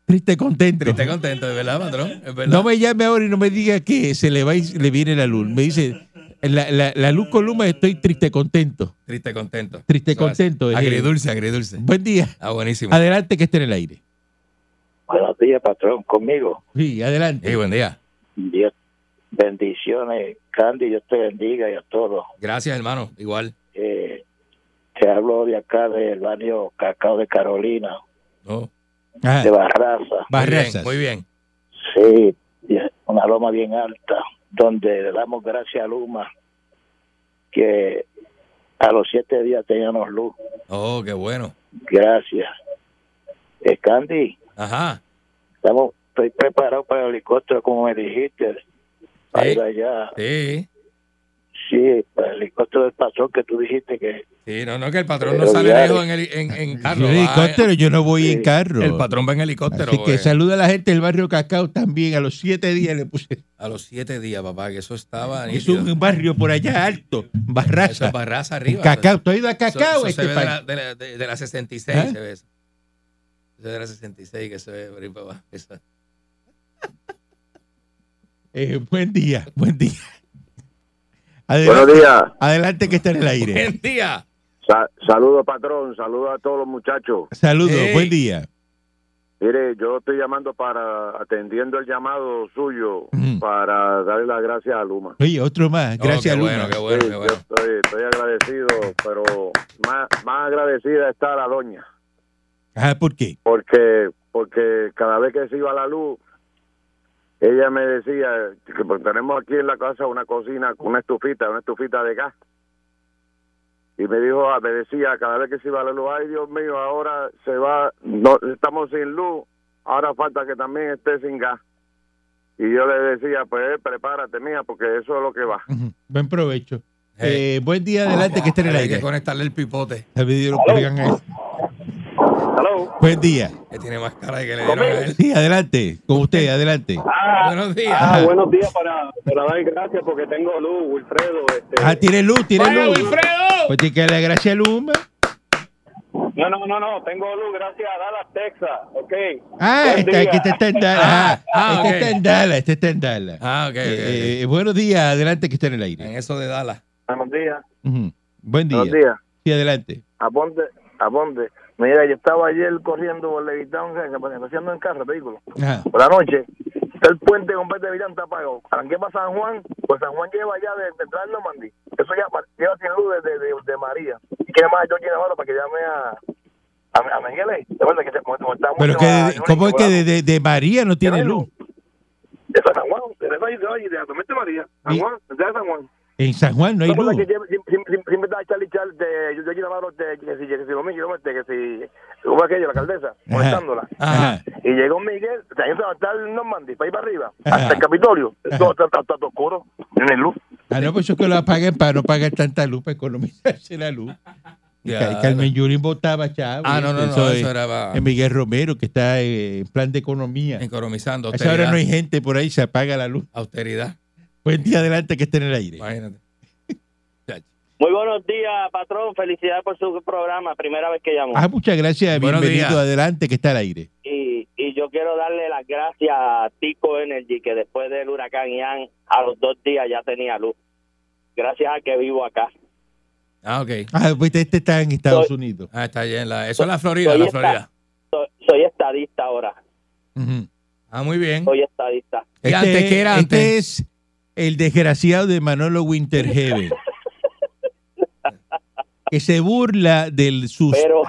Triste, contento. Triste, contento, de verdad, patrón. Es verdad. No me llame ahora y no me diga que se le va y le viene la luz. Me dice, la, la, la luz con luma estoy triste, contento. Triste, contento. Triste, Eso es así. contento, eh. Agridulce, agridulce. Buen día. Ah, buenísimo. Adelante que esté en el aire. Buenos días, patrón, conmigo. Sí, adelante. Sí, buen día. Dios, bendiciones, Candy, Dios te bendiga y a todos. Gracias, hermano. Igual. Eh, te hablo de acá del barrio Cacao de Carolina, No. Ajá. de Muy Barraza. Oh. bien, Barrazas. Muy bien. Sí, una loma bien alta, donde le damos gracias a Luma que a los siete días teníamos luz. Oh, qué bueno. Gracias. Eh, Candy, Ajá. estamos, estoy preparado para el helicóptero, como me dijiste. Para Sí. ir allá. Sí. Sí, para el helicóptero del patrón que tú dijiste que Sí, no, no, que el patrón no Pero sale ya- lejos en, heli- en, en carro. Yo en va- eh. helicóptero, yo no voy en Sí. carro. El patrón va en helicóptero. Así que eh. saluda a la gente del barrio Cacao también. A los siete días le puse. A los siete días, papá, que eso estaba. Es nítido. un barrio por allá alto, Eso Barraza. es barraza arriba. Cacao, ¿tú has ido a Eso- Cacao? eso se Este ve de Estefan? la, de, la, de- de la 66, ¿Ah? se ve eso. Eso es de la 66, que eso es por ahí para abajo. Eso. Eh, buen día, buen día. Adelante, Buenos días. adelante que está en el aire. ¡Buen día! Sa- Ah, saludo, patrón. Saludo a todos los muchachos. Saludos, Hey. buen día. Mire, yo estoy llamando para atendiendo el llamado suyo Mm. Ujú. para darle las gracias a Luma. Oye, otro más. No, Gracias, Oh, qué Luna. bueno, qué bueno, Sí, qué yo bueno. estoy, estoy agradecido, pero más, más agradecida está la doña, Ajá, Ah, ¿por qué? porque porque cada vez que se iba la luz, ella me decía que pues, tenemos aquí en la casa una cocina, con una estufita, una estufita de gas. Y me dijo, ah, me decía cada vez que se iba la luz, ay Dios mío, ahora se va, no estamos sin luz, ahora falta que también esté sin gas. Y yo le decía, pues prepárate mía, porque eso es lo que va. Ujú, Buen provecho. Eh, Eh, buen día, adelante que está en el hay que aire. conectarle el pipote, Tal vez lo cuelgan ahí. Hello. Buen día. que tiene más cara de que le dieron a él. Sí, adelante. Con usted, adelante. Buenos días. Ah, buenos días para, para dar gracias porque tengo luz, Wilfredo. Este, Ah, tiene luz, tiene ¡Vaya, luz. Wilfredo! Pues tiene que darle gracias a Luma. No, no, no, no, tengo luz gracias a Dallas, Texas. Ok. Ah, Buen este, día. este está en Dallas. Ah, ah, este ok. está en Dallas, este está en Dallas. Ah, ok, ok, Eh, eh, buenos días, adelante que está en el ok. En aire. eso de Dallas. Buenos días. Ujú, Buen día. Buenos días. Sí, adelante. ¿A dónde? ¿A dónde? Mira, yo estaba ayer corriendo por Levittown, haciendo en carro, vehículo, Ajá. por la noche. Está el puente completo de Levittown, está apagado. ¿Qué para San Juan? Pues San Juan lleva ya de central no Mandí. Eso ya pa- lleva sin luz desde de, de María. ¿Y qué más yo quiero ahora para que llame a, a, a Miguel? ¿Te acuerdas que se- como- como estamos Pero que, de- ¿cómo es que de, de- de María no tiene Tiene luz? De San Juan, de esa isla, de la tormenta María. San Y- Juan, de San Juan. Eh, En San Juan no hay No, porque luz. que siempre- siempre- siempre- siempre está Charlie Charles de yo, yo Navarro de que si, que si Domingo, yo me- que si como aquello, la alcaldesa, molestándola. Ajá. Y llegó Miguel, se va a estar Normandía, para ir para arriba, Ajá. hasta el Capitolio. Todo está, está- está todo oscuro, no hay luz. Ah, no, pues eso que lo apaguen para no pagar tanta luz, para economizarse la luz. Y Ya, Ca- Carmen Yurín votaba chavo. Ah, no, no, no, eso era va- eh, Miguel Romero, que está eh, en plan de economía. economizando A esa austeridad. hora no hay gente por ahí, se apaga la luz. austeridad. Buen día adelante que esté en el aire. Imagínate. Muy buenos días, patrón. Felicidades por su programa. Primera vez que llamo. Ah, muchas gracias, Buenos bienvenido días. adelante que está al aire. y, y yo quiero darle las gracias a Tico Energy, que después del huracán Ian, a los dos días ya tenía luz. Gracias a que vivo acá. Ah, ok. Ah, pues este está en Estados Soy- Unidos. Ah, está allá en la. Eso es la Florida, Soy la esta- Florida. So- soy estadista ahora. Ujú. Ah, muy bien. Soy estadista. ¿Y antes qué era este antes? es el desgraciado de Manolo Winterheaven. que se burla del sus, Pero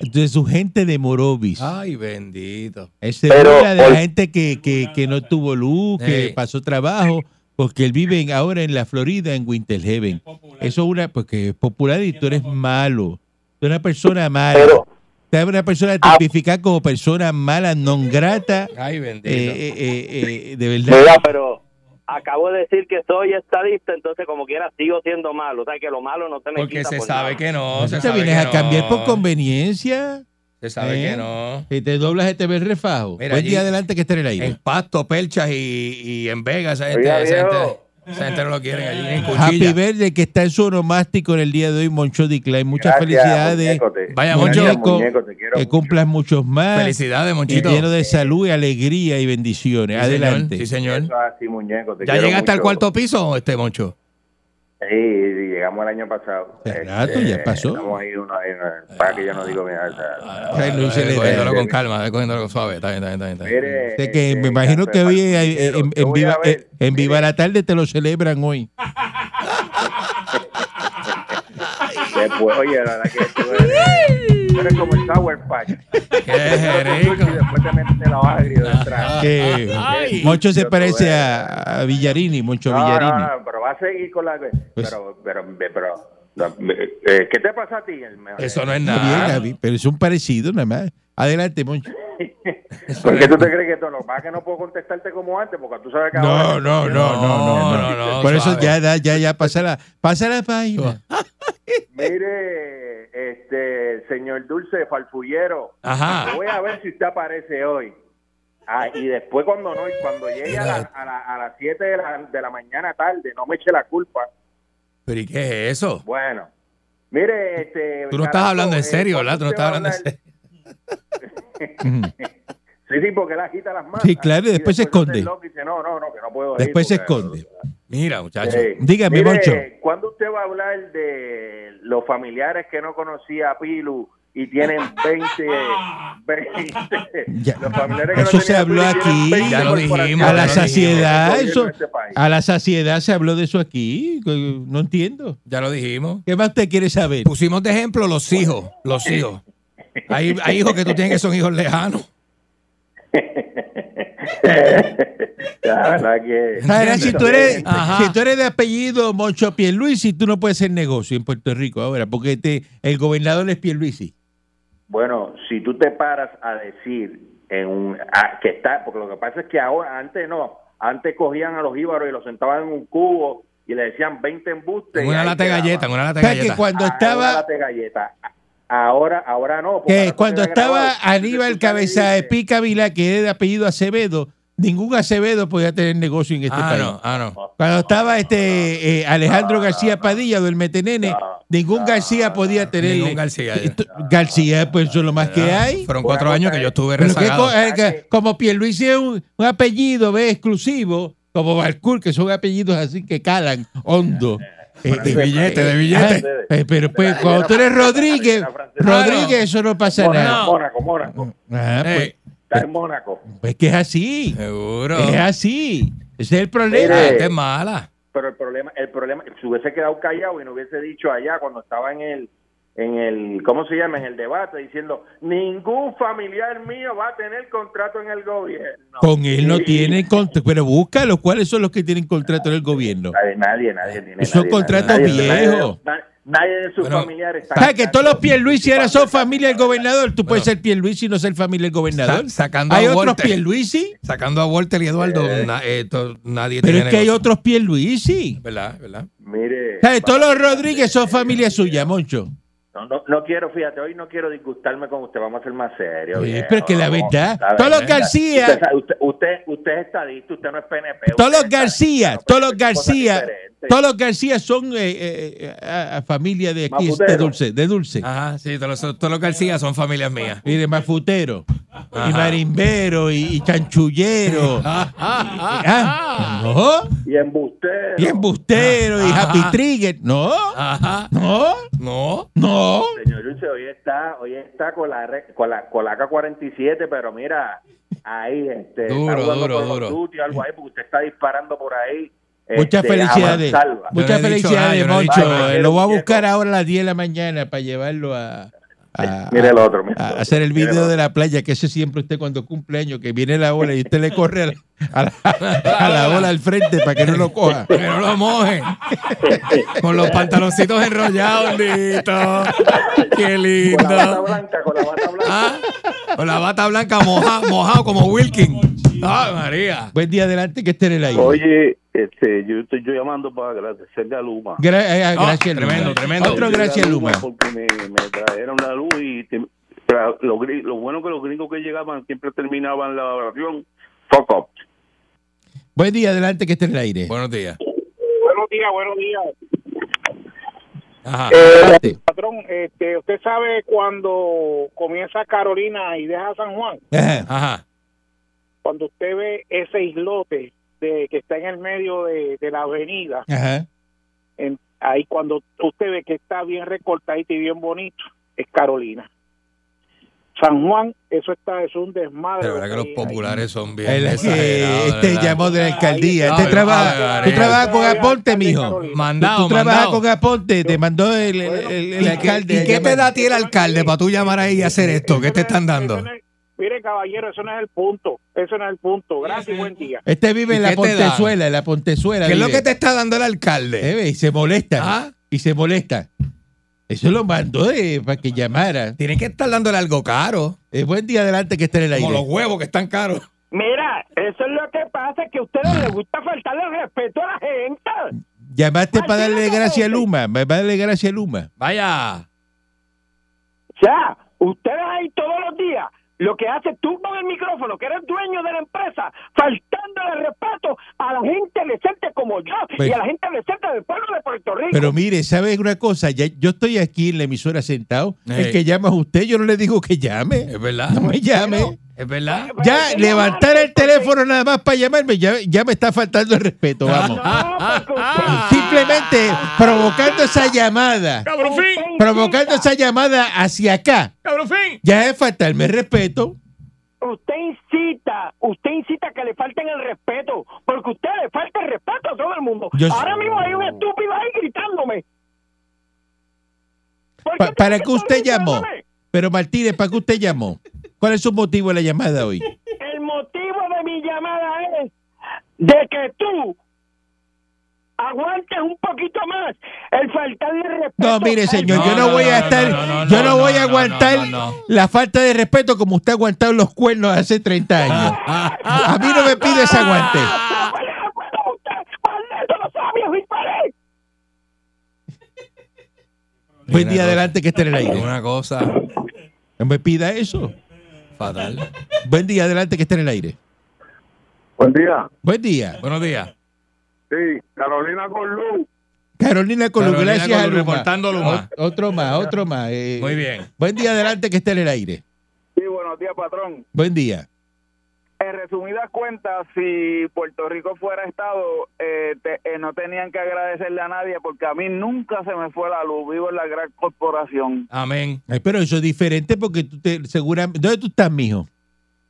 de su gente de Morovis. Ay, bendito. Él se Pero, burla de la ol- gente que, que- que no tuvo luz, que Sí. pasó trabajo, porque él vive en- ahora en la Florida, en Winter Heaven. Eso es una, porque es popular y tú eres malo. Tú eres una persona mala. Pero- Tú eres una persona tipificada como persona mala, non grata. Ay, eh, bendito. eh, eh, eh, de verdad. Mira, pero acabo de decir que soy estadista, entonces como quiera sigo siendo malo. O sea, que lo malo no se me Porque quita se por sabe nada. que no. Se Tú te sabe vienes que a cambiar no. por conveniencia. Se sabe ¿Eh? que no. Y te doblas este ver refajo. Mira, Buen allí- día adelante que esté en el aire. En Pasto, Perchas y, y en Vegas. Esa gente, Oiga, esa gente, viejo. esa gente no lo quieren allí en Happy cuchilla. Verde que está en su onomástico en el día de hoy, Moncho Decline. Muchas Gracias, felicidades. muñeco, te- Vaya, Moncho. gracias, muñeco, te quiero que mucho. cumplas muchos más. Felicidades, Y Monchito. lleno de salud y alegría y bendiciones. Sí, señor. Adelante. Sí, señor. Eso es así, muñeco, te ¿Ya quiero llegaste al mucho. cuarto piso, este Moncho? Sí, sí, llegamos el año pasado. Este, Hace rato, ya pasó. Ah. Estamos ahí una, ahí una- para que yo no digo mira, o sea, Ay, Luis, Ay, le- cogiéndolo eh, con calma, eh, cogiéndolo suave. Está bien, está bien, está bien. mire, Sé que este, me imagino que hoy eh, eh, Yo en, en voy viva, a ver, eh, en Viva mire, la Tarde te lo celebran hoy. después- oye, la verdad que tú eres, tú eres como el Sour Patch. ¡Qué rico! Y después te metes el agrio detrás. Que ay. Moncho se Yo parece tuve- a, a Villarini, Moncho No, no, Villarini. no, pero va a seguir con la... Pues- pero, pero, pero, no, eh, ¿qué te pasa a ti? hermano? Eso no es Está bien, nada. Gaby, pero es un parecido nada más. Adelante, Moncho. ¿Por qué tú te crees que todo lo más que no puedo contestarte como antes? Porque tú sabes que ahora... No, no, no, no, no, no. No, no, no, Por eso suave. ya, da- ya, ya, pasa la, pasa la página. Mire, este, señor Dulce Falfullero, Ajá. voy a ver si usted aparece hoy. Ah, y después cuando no, y cuando llegue a, la- a, la- a las 7 de la, de la mañana tarde, no me eche la culpa. ¿Pero y qué es eso? Bueno, mire, este... Tú no estás Naranjo, hablando en eh, serio, ¿cuándo ¿verdad? Tú no usted estás va a hablando en hablar? serio. Sí, sí, porque él agita las manos. Sí, claro, y después se hace el esconde. loco y dice, no, no, no, que no puedo ir Después se porque- esconde. Mira, muchacho. Sí. Dígame, Mire, Moncho. ¿Cuándo usted va a hablar de los familiares que no conocía a Pilu y tienen 20? 20 Ya. los familiares Eso no se tenía habló Pilu y tienen aquí. 20 Ya lo corporaciones dijimos, A ya la del lo dijimos. Ah, saciedad, este gobierno eso. de este país. A la saciedad se habló de eso aquí. eh, No entiendo. Ya lo dijimos. ¿Qué más usted quiere saber? Pusimos de ejemplo los hijos. Los hijos. Hay, hay hijos que tú tienes que son hijos lejanos. La verdad que- Sabrás si tú eres, Ajá. si tú eres de apellido Moncho Pierluisi, tú no puedes hacer negocio en Puerto Rico ahora, porque te- el gobernador es Pierluisi. Bueno, si tú te paras a decir en un, a- que está, porque lo que pasa es que ahora, antes no, antes cogían a los íbaros y los sentaban en un cubo y le decían 20 embustes. En y una ahí lata de quedaban. galleta, en una O lata de sea, que galleta. cuando Ah, una estaba, lata de galleta. Ahora, ahora no. porque ahora que todo cuando se ve grabado. estaba Aníbal Entonces, tú sabes, Cabeza de dices, Pica Vila, que era de apellido Acevedo, ningún Acevedo podía tener negocio en este Ah, país. no, ah, no. Cuando estaba este eh, Alejandro García Padilla del Metenene, ningún García podía tener Ningún García. Ah, García, pues eso es lo más que hay. Fueron cuatro Una años cosa que yo es- estuve Pero qué rezagado. co- eh, que- como Pierluisi es un, un apellido ¿ve? exclusivo, como Balcour, que son apellidos así que calan hondo. Eh, De eh, billete, de eh, billete. ah, eh, pero pues cuando tú eres Rodríguez, Rodríguez, eso no pasa nada. Mónaco, Mónaco, Mónaco. Ah, pues, Eh, Está en Mónaco. pues que es así. seguro. Es así. Ese es el problema. La Mire. gente Ah, es mala. Pero el problema, el problema, si hubiese quedado callado y no hubiese dicho allá cuando estaba en el, en el, ¿cómo se llama? En el debate, diciendo, ningún familiar mío va a tener contrato en el gobierno. Con él no Sí. tienen contrato, pero búscalo. ¿Cuáles son los que tienen contrato en el gobierno? Nadie, nadie, nadie tiene. Esos nadie, contratos nadie, nadie, viejos. Nadie, nadie de sus Bueno, familiares está. ¿Sabes que todos los Pierluisi ahora son familia del gobernador? Tú puedes ser Pierluisi y no ser familia del gobernador. Sa- sacando Hay a otros Walter. Pierluisi, Sacando a Walter y Eduardo, na- eh, to- nadie pero es tiene que hay negocio. otros Pierluisi. ¿Verdad? ¿Verdad? Mire. ¿Sabes? Todos los Rodríguez son familia suya, Moncho. No, no, no quiero, fíjate, hoy no quiero disgustarme con usted, vamos a ser más serios. Sí, viejo, pero es que la vamos, verdad, todos los García- Usted, sabe, usted, usted, usted es estadista, usted no es PNP. Todos los usted es García, estadista, todos no, los pero son cosas García, diferentes. todos los García son eh, eh, a- a familia de aquí, de Maputero. Dulce, de Dulce. Ajá, sí, todos los, todos los García son familias mías. Y de Mafutero, Ajá. y Marimbero, y, y Chanchullero. Ah, no, Y embustero. y Embustero, y Happy Trigger. No, Ajá. no, No. no. Señor Dulce, hoy está, hoy está con la, re- con la, con la AK-47, pero mira, ahí, este, está Duro, jugando duro, con los duro. duty o algo ahí, porque usted está disparando por ahí. Muchas este, felicidades. a mansalva. Yo Muchas no he dicho felicidades, nada, yo no he dicho Moncho. nada. Eh, Lo voy a buscar ahora a las 10 de la mañana para llevarlo a. a- Mire el otro, mire el a- a otro, hacer el mire el video otro. de la playa, que ese siempre usted cuando cumple años, que viene la ola y usted le corre a la, a la- a la ola al frente para que no lo coja. Que no lo mojen. Con los pantaloncitos enrollados, Nito. Qué Con la bata lindo. blanca, con la bata blanca. Ah, Con la bata blanca moja, mojado como Wilkin. Ay, María. Buen día adelante, que esté en el aire. Oye, este, yo estoy yo llamando para agradecerle a Luma. Gra- eh, No, gracias, Luma. Oh, tremendo, tremendo. Otro gracias, Luma. Porque me, me trajeron la luz y te- tra- lo, gri- lo bueno que los gringos que llegaban siempre terminaban la oración. Fuck up. Buen día adelante, que esté en el aire. Buenos días. Buenos días, buenos días. Ajá. Adelante. Patrón, este, usted sabe cuando comienza Carolina y deja San Juan, Ajá. Ajá. cuando usted ve ese islote de, que está en el medio de, de la avenida, Ajá. en- ahí cuando usted ve que está bien recortadito y bien bonito, es Carolina. San Juan, eso está, es un desmadre. De verdad que los Ahí- populares son bien. El- eh, exagerados, este ¿verdad? llamó de la alcaldía. Ay, Este ay, trabaja, ay, tú trabajas con ay, Aponte, alcalde mijo. Carolina. Tú, Mandado, trabajas mandado. con Aponte, te mandó el, el- el- el ¿Y qué- alcalde. ¿Y qué llamar. te da a ti el alcalde para tú llamar ahí y hacer esto? ¿Qué te están dando? Eso no es- Mire, caballero, eso no es el punto. Eso no es el punto. Gracias, buen día. Este vive ¿Y en la qué te da? Pontezuela, en la Pontezuela. ¿Qué es lo vive. que te está dando el alcalde? Eh, ve, y se molesta. Ah. Y se molesta. Eso lo mandó eh, para que llamara. Tienen que estar dándole algo caro. Eh, buen día adelante que esté en el Como los aire. huevos que están caros. Mira, eso es lo que pasa, que a ustedes les gusta faltarle el respeto a la gente. Llamaste Ah, para Martín, darle no te gracias a molestes. Luma. Para darle gracias a Luma. Vaya. O sea, ustedes ahí todos los días lo que hacen tumban el micrófono, que eres dueño de la empresa, faltando el respeto a la gente decente como yo y Pero- a la gente decente del pueblo de Puerto Rico. Pero mire, ¿sabes una cosa? Ya- yo estoy aquí en la emisora sentado. Ey. El que llama es usted, yo no le digo que llame. Es verdad. No me llame. Es verdad. Ya, levantar el teléfono nada más para llamarme, ya, ya me está faltando el respeto, vamos. Ah, Simplemente provocando esa llamada, ¡Cabrofín! provocando esa llamada hacia acá, ¡Cabrofín! ya es faltarme el respeto. Usted incita, usted incita a que le falten el respeto, porque usted le falta el respeto a todo el mundo. Yo- Ahora mismo hay un estúpido ahí gritándome. ¿Por Pa- qué ¿Para tiene qué que estar usted llamó? gritándome? Pero Martínez, ¿para qué usted llamó? ¿Cuál es su motivo de la llamada hoy? El motivo de mi llamada es de que tú aguantes un poquito más el faltarle el respeto. No, mire, al- señor, yo No, no no, voy a no, no, no, estar, no, yo no no, voy a no, aguantar no, no, no. la falta de respeto como usted ha aguantado los cuernos hace 30 años. A mí no me pide ese aguante. ¿Cuál es el acuerdo de usted? ¡Maldito los sabios y pared! Buen Mira, día no. adelante que esté en el aire. Una cosa No me pida eso. fatal. Buen día adelante que esté en el aire. Buen día. Buen día. Buenos días. Sí, Carolina con luz. Carolina Colón, Carolina gracias a Colón, Luma. Pues reportando a Luma. Ot- Otro más, otro más. eh. Muy bien. Buen día adelante que esté en el aire. Sí, buenos días, patrón. Buen día. En resumidas cuentas, si Puerto Rico fuera Estado, eh, te- eh, no tenían que agradecerle a nadie porque a mí nunca se me fue la luz. Vivo en la gran corporación, Amén. Ay, pero eso es diferente porque tú te seguramente. ¿Dónde tú estás, mijo?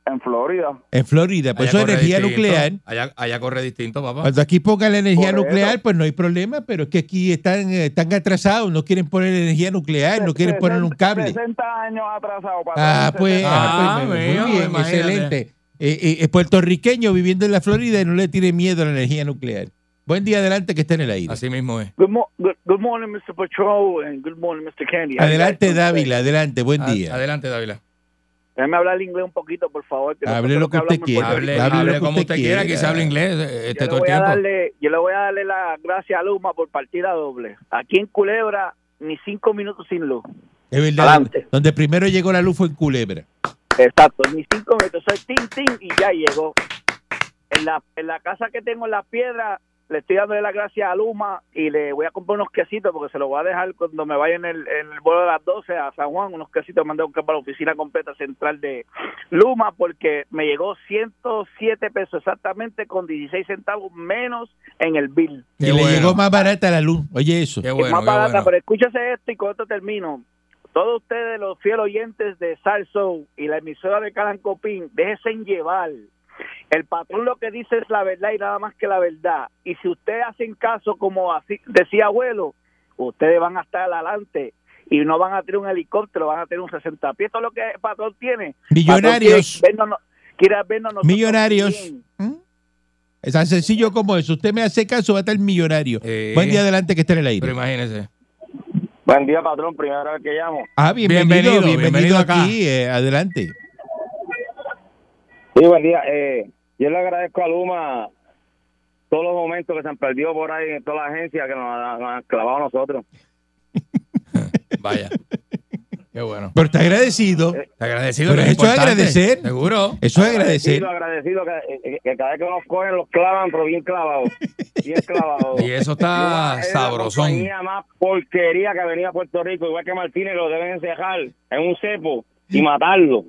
en en Florida. En Florida, por Allá pues eso corre energía distinto, nuclear. Allá, allá corre distinto, papá. Cuando aquí pongan la energía Correcto. nuclear, pues no hay problema, pero es que aquí están, eh, están atrasados, no quieren poner energía nuclear, no quieren poner un cable. 60 años atrasado. patrón, Ah, pues, 60 ah, Ah, pues, muy veo, bien, imagínate. excelente. Eh, eh, es puertorriqueño viviendo en la Florida y no le tiene miedo a la energía nuclear. Buen día adelante que esté en el aire. Así mismo es. Good, mo- good, good morning, Mr. Patrol, and good morning, Mr. Candy. How you Adelante, guys doing today? Dávila, adelante, buen Ad- día. Ah, Adelante, Dávila. Déjame hablar inglés un poquito, por favor. que Hable nosotros lo que usted hablamos en quiera. Puerto Hable, Rico- hable hable lo que como usted usted quiera, que quiera. se hable inglés eh, este, yo, le todo el voy a tiempo. darle, yo le voy a darle la gracia a Luma por partida doble. Aquí en Culebra, ni cinco minutos sin luz. Es verdad, Adelante. donde primero llegó la luz fue en Culebra. Exacto, ni cinco minutos. Soy tin, tin, y ya llegó. En la, en la casa que tengo en las piedras, le estoy dando la gracia a Luma y le voy a comprar unos quesitos porque se los voy a dejar cuando me vaya en el, en el vuelo de las 12 a San Juan. Unos quesitos mandé a buscar para la oficina completa central de Luma porque me llegó 107 pesos exactamente con 16 centavos menos en el bill. Y Qué le bueno. llegó más barata la luz. Oye eso. Qué Es bueno, más qué barata, bueno. pero escúchese esto y con esto termino. Todos ustedes, los fieles oyentes de Salso y la emisora de Calancopín, déjense en llevar. El patrón lo que dice es la verdad y nada más que la verdad. Y si ustedes hacen caso, como así decía abuelo, ustedes van a estar adelante y no van a tener un helicóptero, van a tener un 60 pies. Esto es lo que el patrón tiene. Millonarios. Patrón Quiere vernos- quiere vernos nosotros Millonarios. bien. ¿Mm? Es tan sencillo como eso. Usted me hace caso, va a estar millonario. Eh. Buen día adelante que esté en el aire. Pero imagínese. Buen día, patrón. Primera vez que llamo. Ah, bienvenido, bienvenido, Bienvenido, bienvenido acá. aquí. eh, adelante. Sí, buen día. Eh, yo le agradezco a Luma todos los momentos que se han perdido por ahí en toda la agencia que nos, ha- nos han clavado a nosotros. Vaya. Qué bueno. Pero está agradecido. Te agradecido. Pero que eso es importante. agradecer. Seguro. Eso es Sí, agradecer. lo agradecido que, que- que cada vez que nos cogen los clavan, pero bien clavados. Bien clavados. Y eso está Luma es sabrosón. La compañía más porquería que ha venido a Puerto Rico, igual que Martínez, lo deben encejar en un cepo y matarlo.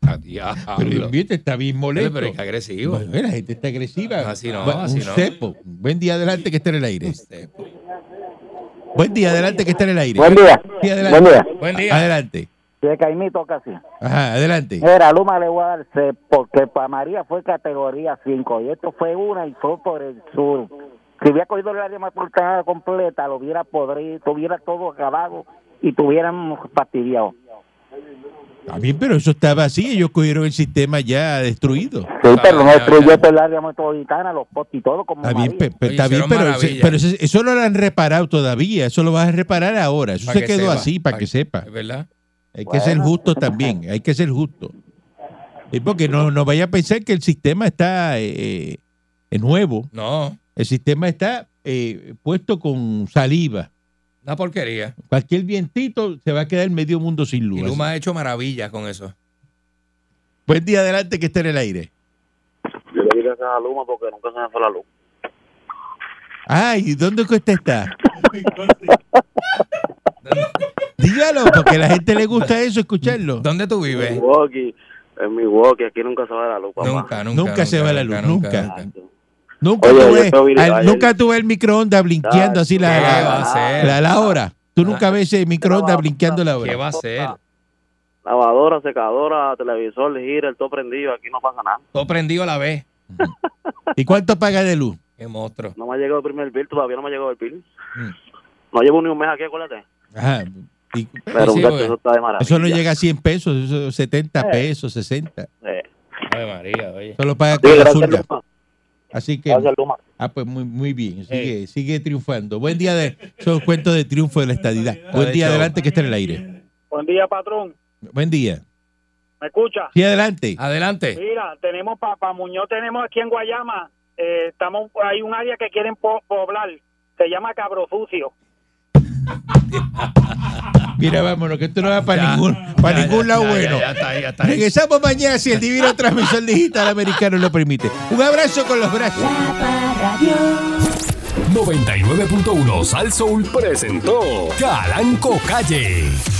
Ah, diablo. Pero el ambiente está bien molesto. Pero, pero es que agresivo. Bueno, la gente está agresiva. No, así no, Bueno, así un no. cepo. Buen día adelante que esté en el aire. Eh, Buen día adelante que esté en el aire. día. adelante. Buen día. Adelante. De Caimito casi. Ajá, adelante. Era Luma le voy a dar C, porque para María fue categoría 5 y esto fue una y fue por el sur. Si hubiera cogido el área metropolitana completa, lo hubiera podrido, tuviera todo acabado y tuviéramos fastidiado. Está bien, pero eso estaba así. Ellos cogieron el sistema ya destruyó. Sí, Está pero no bien, destruyó ya. todo el área metropolitana, los postes y todo como Está bien, María. pe- pe- Oye, está bien, hicieron pero, maravilla. pero eso, eso no lo han reparado todavía. Eso lo vas a reparar ahora. Eso Pa' se que quedó sepa, así, para pa' que sepa. Es verdad. Hay que ser justo también, hay que ser justo. Y porque no, no vaya a pensar que el sistema está eh, eh, nuevo, No. el sistema está eh, puesto con saliva. Una porquería. Cualquier vientito se va a quedar medio mundo sin Y luz. Luma ha hecho maravillas con eso. Buen día adelante que esté en el aire. Yo le di gracias a Luma porque nunca se me fue la luz. Ay, ¿dónde es que usted está? Dígalo, porque a la gente le gusta eso, escucharlo. ¿Dónde tú vives? Milwaukee, en Milwaukee, aquí nunca se va la luz, Nunca, nunca. Nunca se va la luz, nunca. Nunca, Oye, yo tuve, estoy al- ayer. nunca tuve el microondas blinqueando así la, ¿Qué la- va a hacer? la, la hora. Tú nunca ves el microondas blinqueando la hora. ¿Qué va a hacer? Lavadora, secadora, televisor, gira, el todo prendido, aquí no pasa nada. Todo prendido a la vez. ¿Y cuánto paga de luz? Qué monstruo. No me ha llegado el primer bill, todavía no me ha llegado el bill. Mm. No llevo ni un mes aquí, acuérdate. Ajá. Y- Pero sí, muchacho, porque- eso está de maravilla. eso no llega a 100 pesos, eso es 70 pesos, 60. Eh, Ay, María, oye. Eso lo paga sí, con la gracias, zurda. Luma. Así que, Gracias, Luma. ah, pues muy, muy Eh. bien, sigue, sigue triunfando. Buen día de, son cuentos de triunfo de la estadidad. Buen día hecho. adelante que esté en el aire. Buen día, patrón. Buen día. ¿Me escucha? Sí, adelante. Adelante. Mira, tenemos para Muñoz, tenemos aquí en Guayama, eh, estamos hay un área que quieren poblar, se llama Cabro Sucio. Mira, vámonos, que esto no va para Ya, ningún, para ya, ningún ya, lado ya, Ya, bueno. ya está ahí, ya está ahí. Regresamos mañana si el divino transmisor digital americano lo permite. Un abrazo con los brazos. La Parradio. 99.1 Sal Soul presentó Calanco Calle.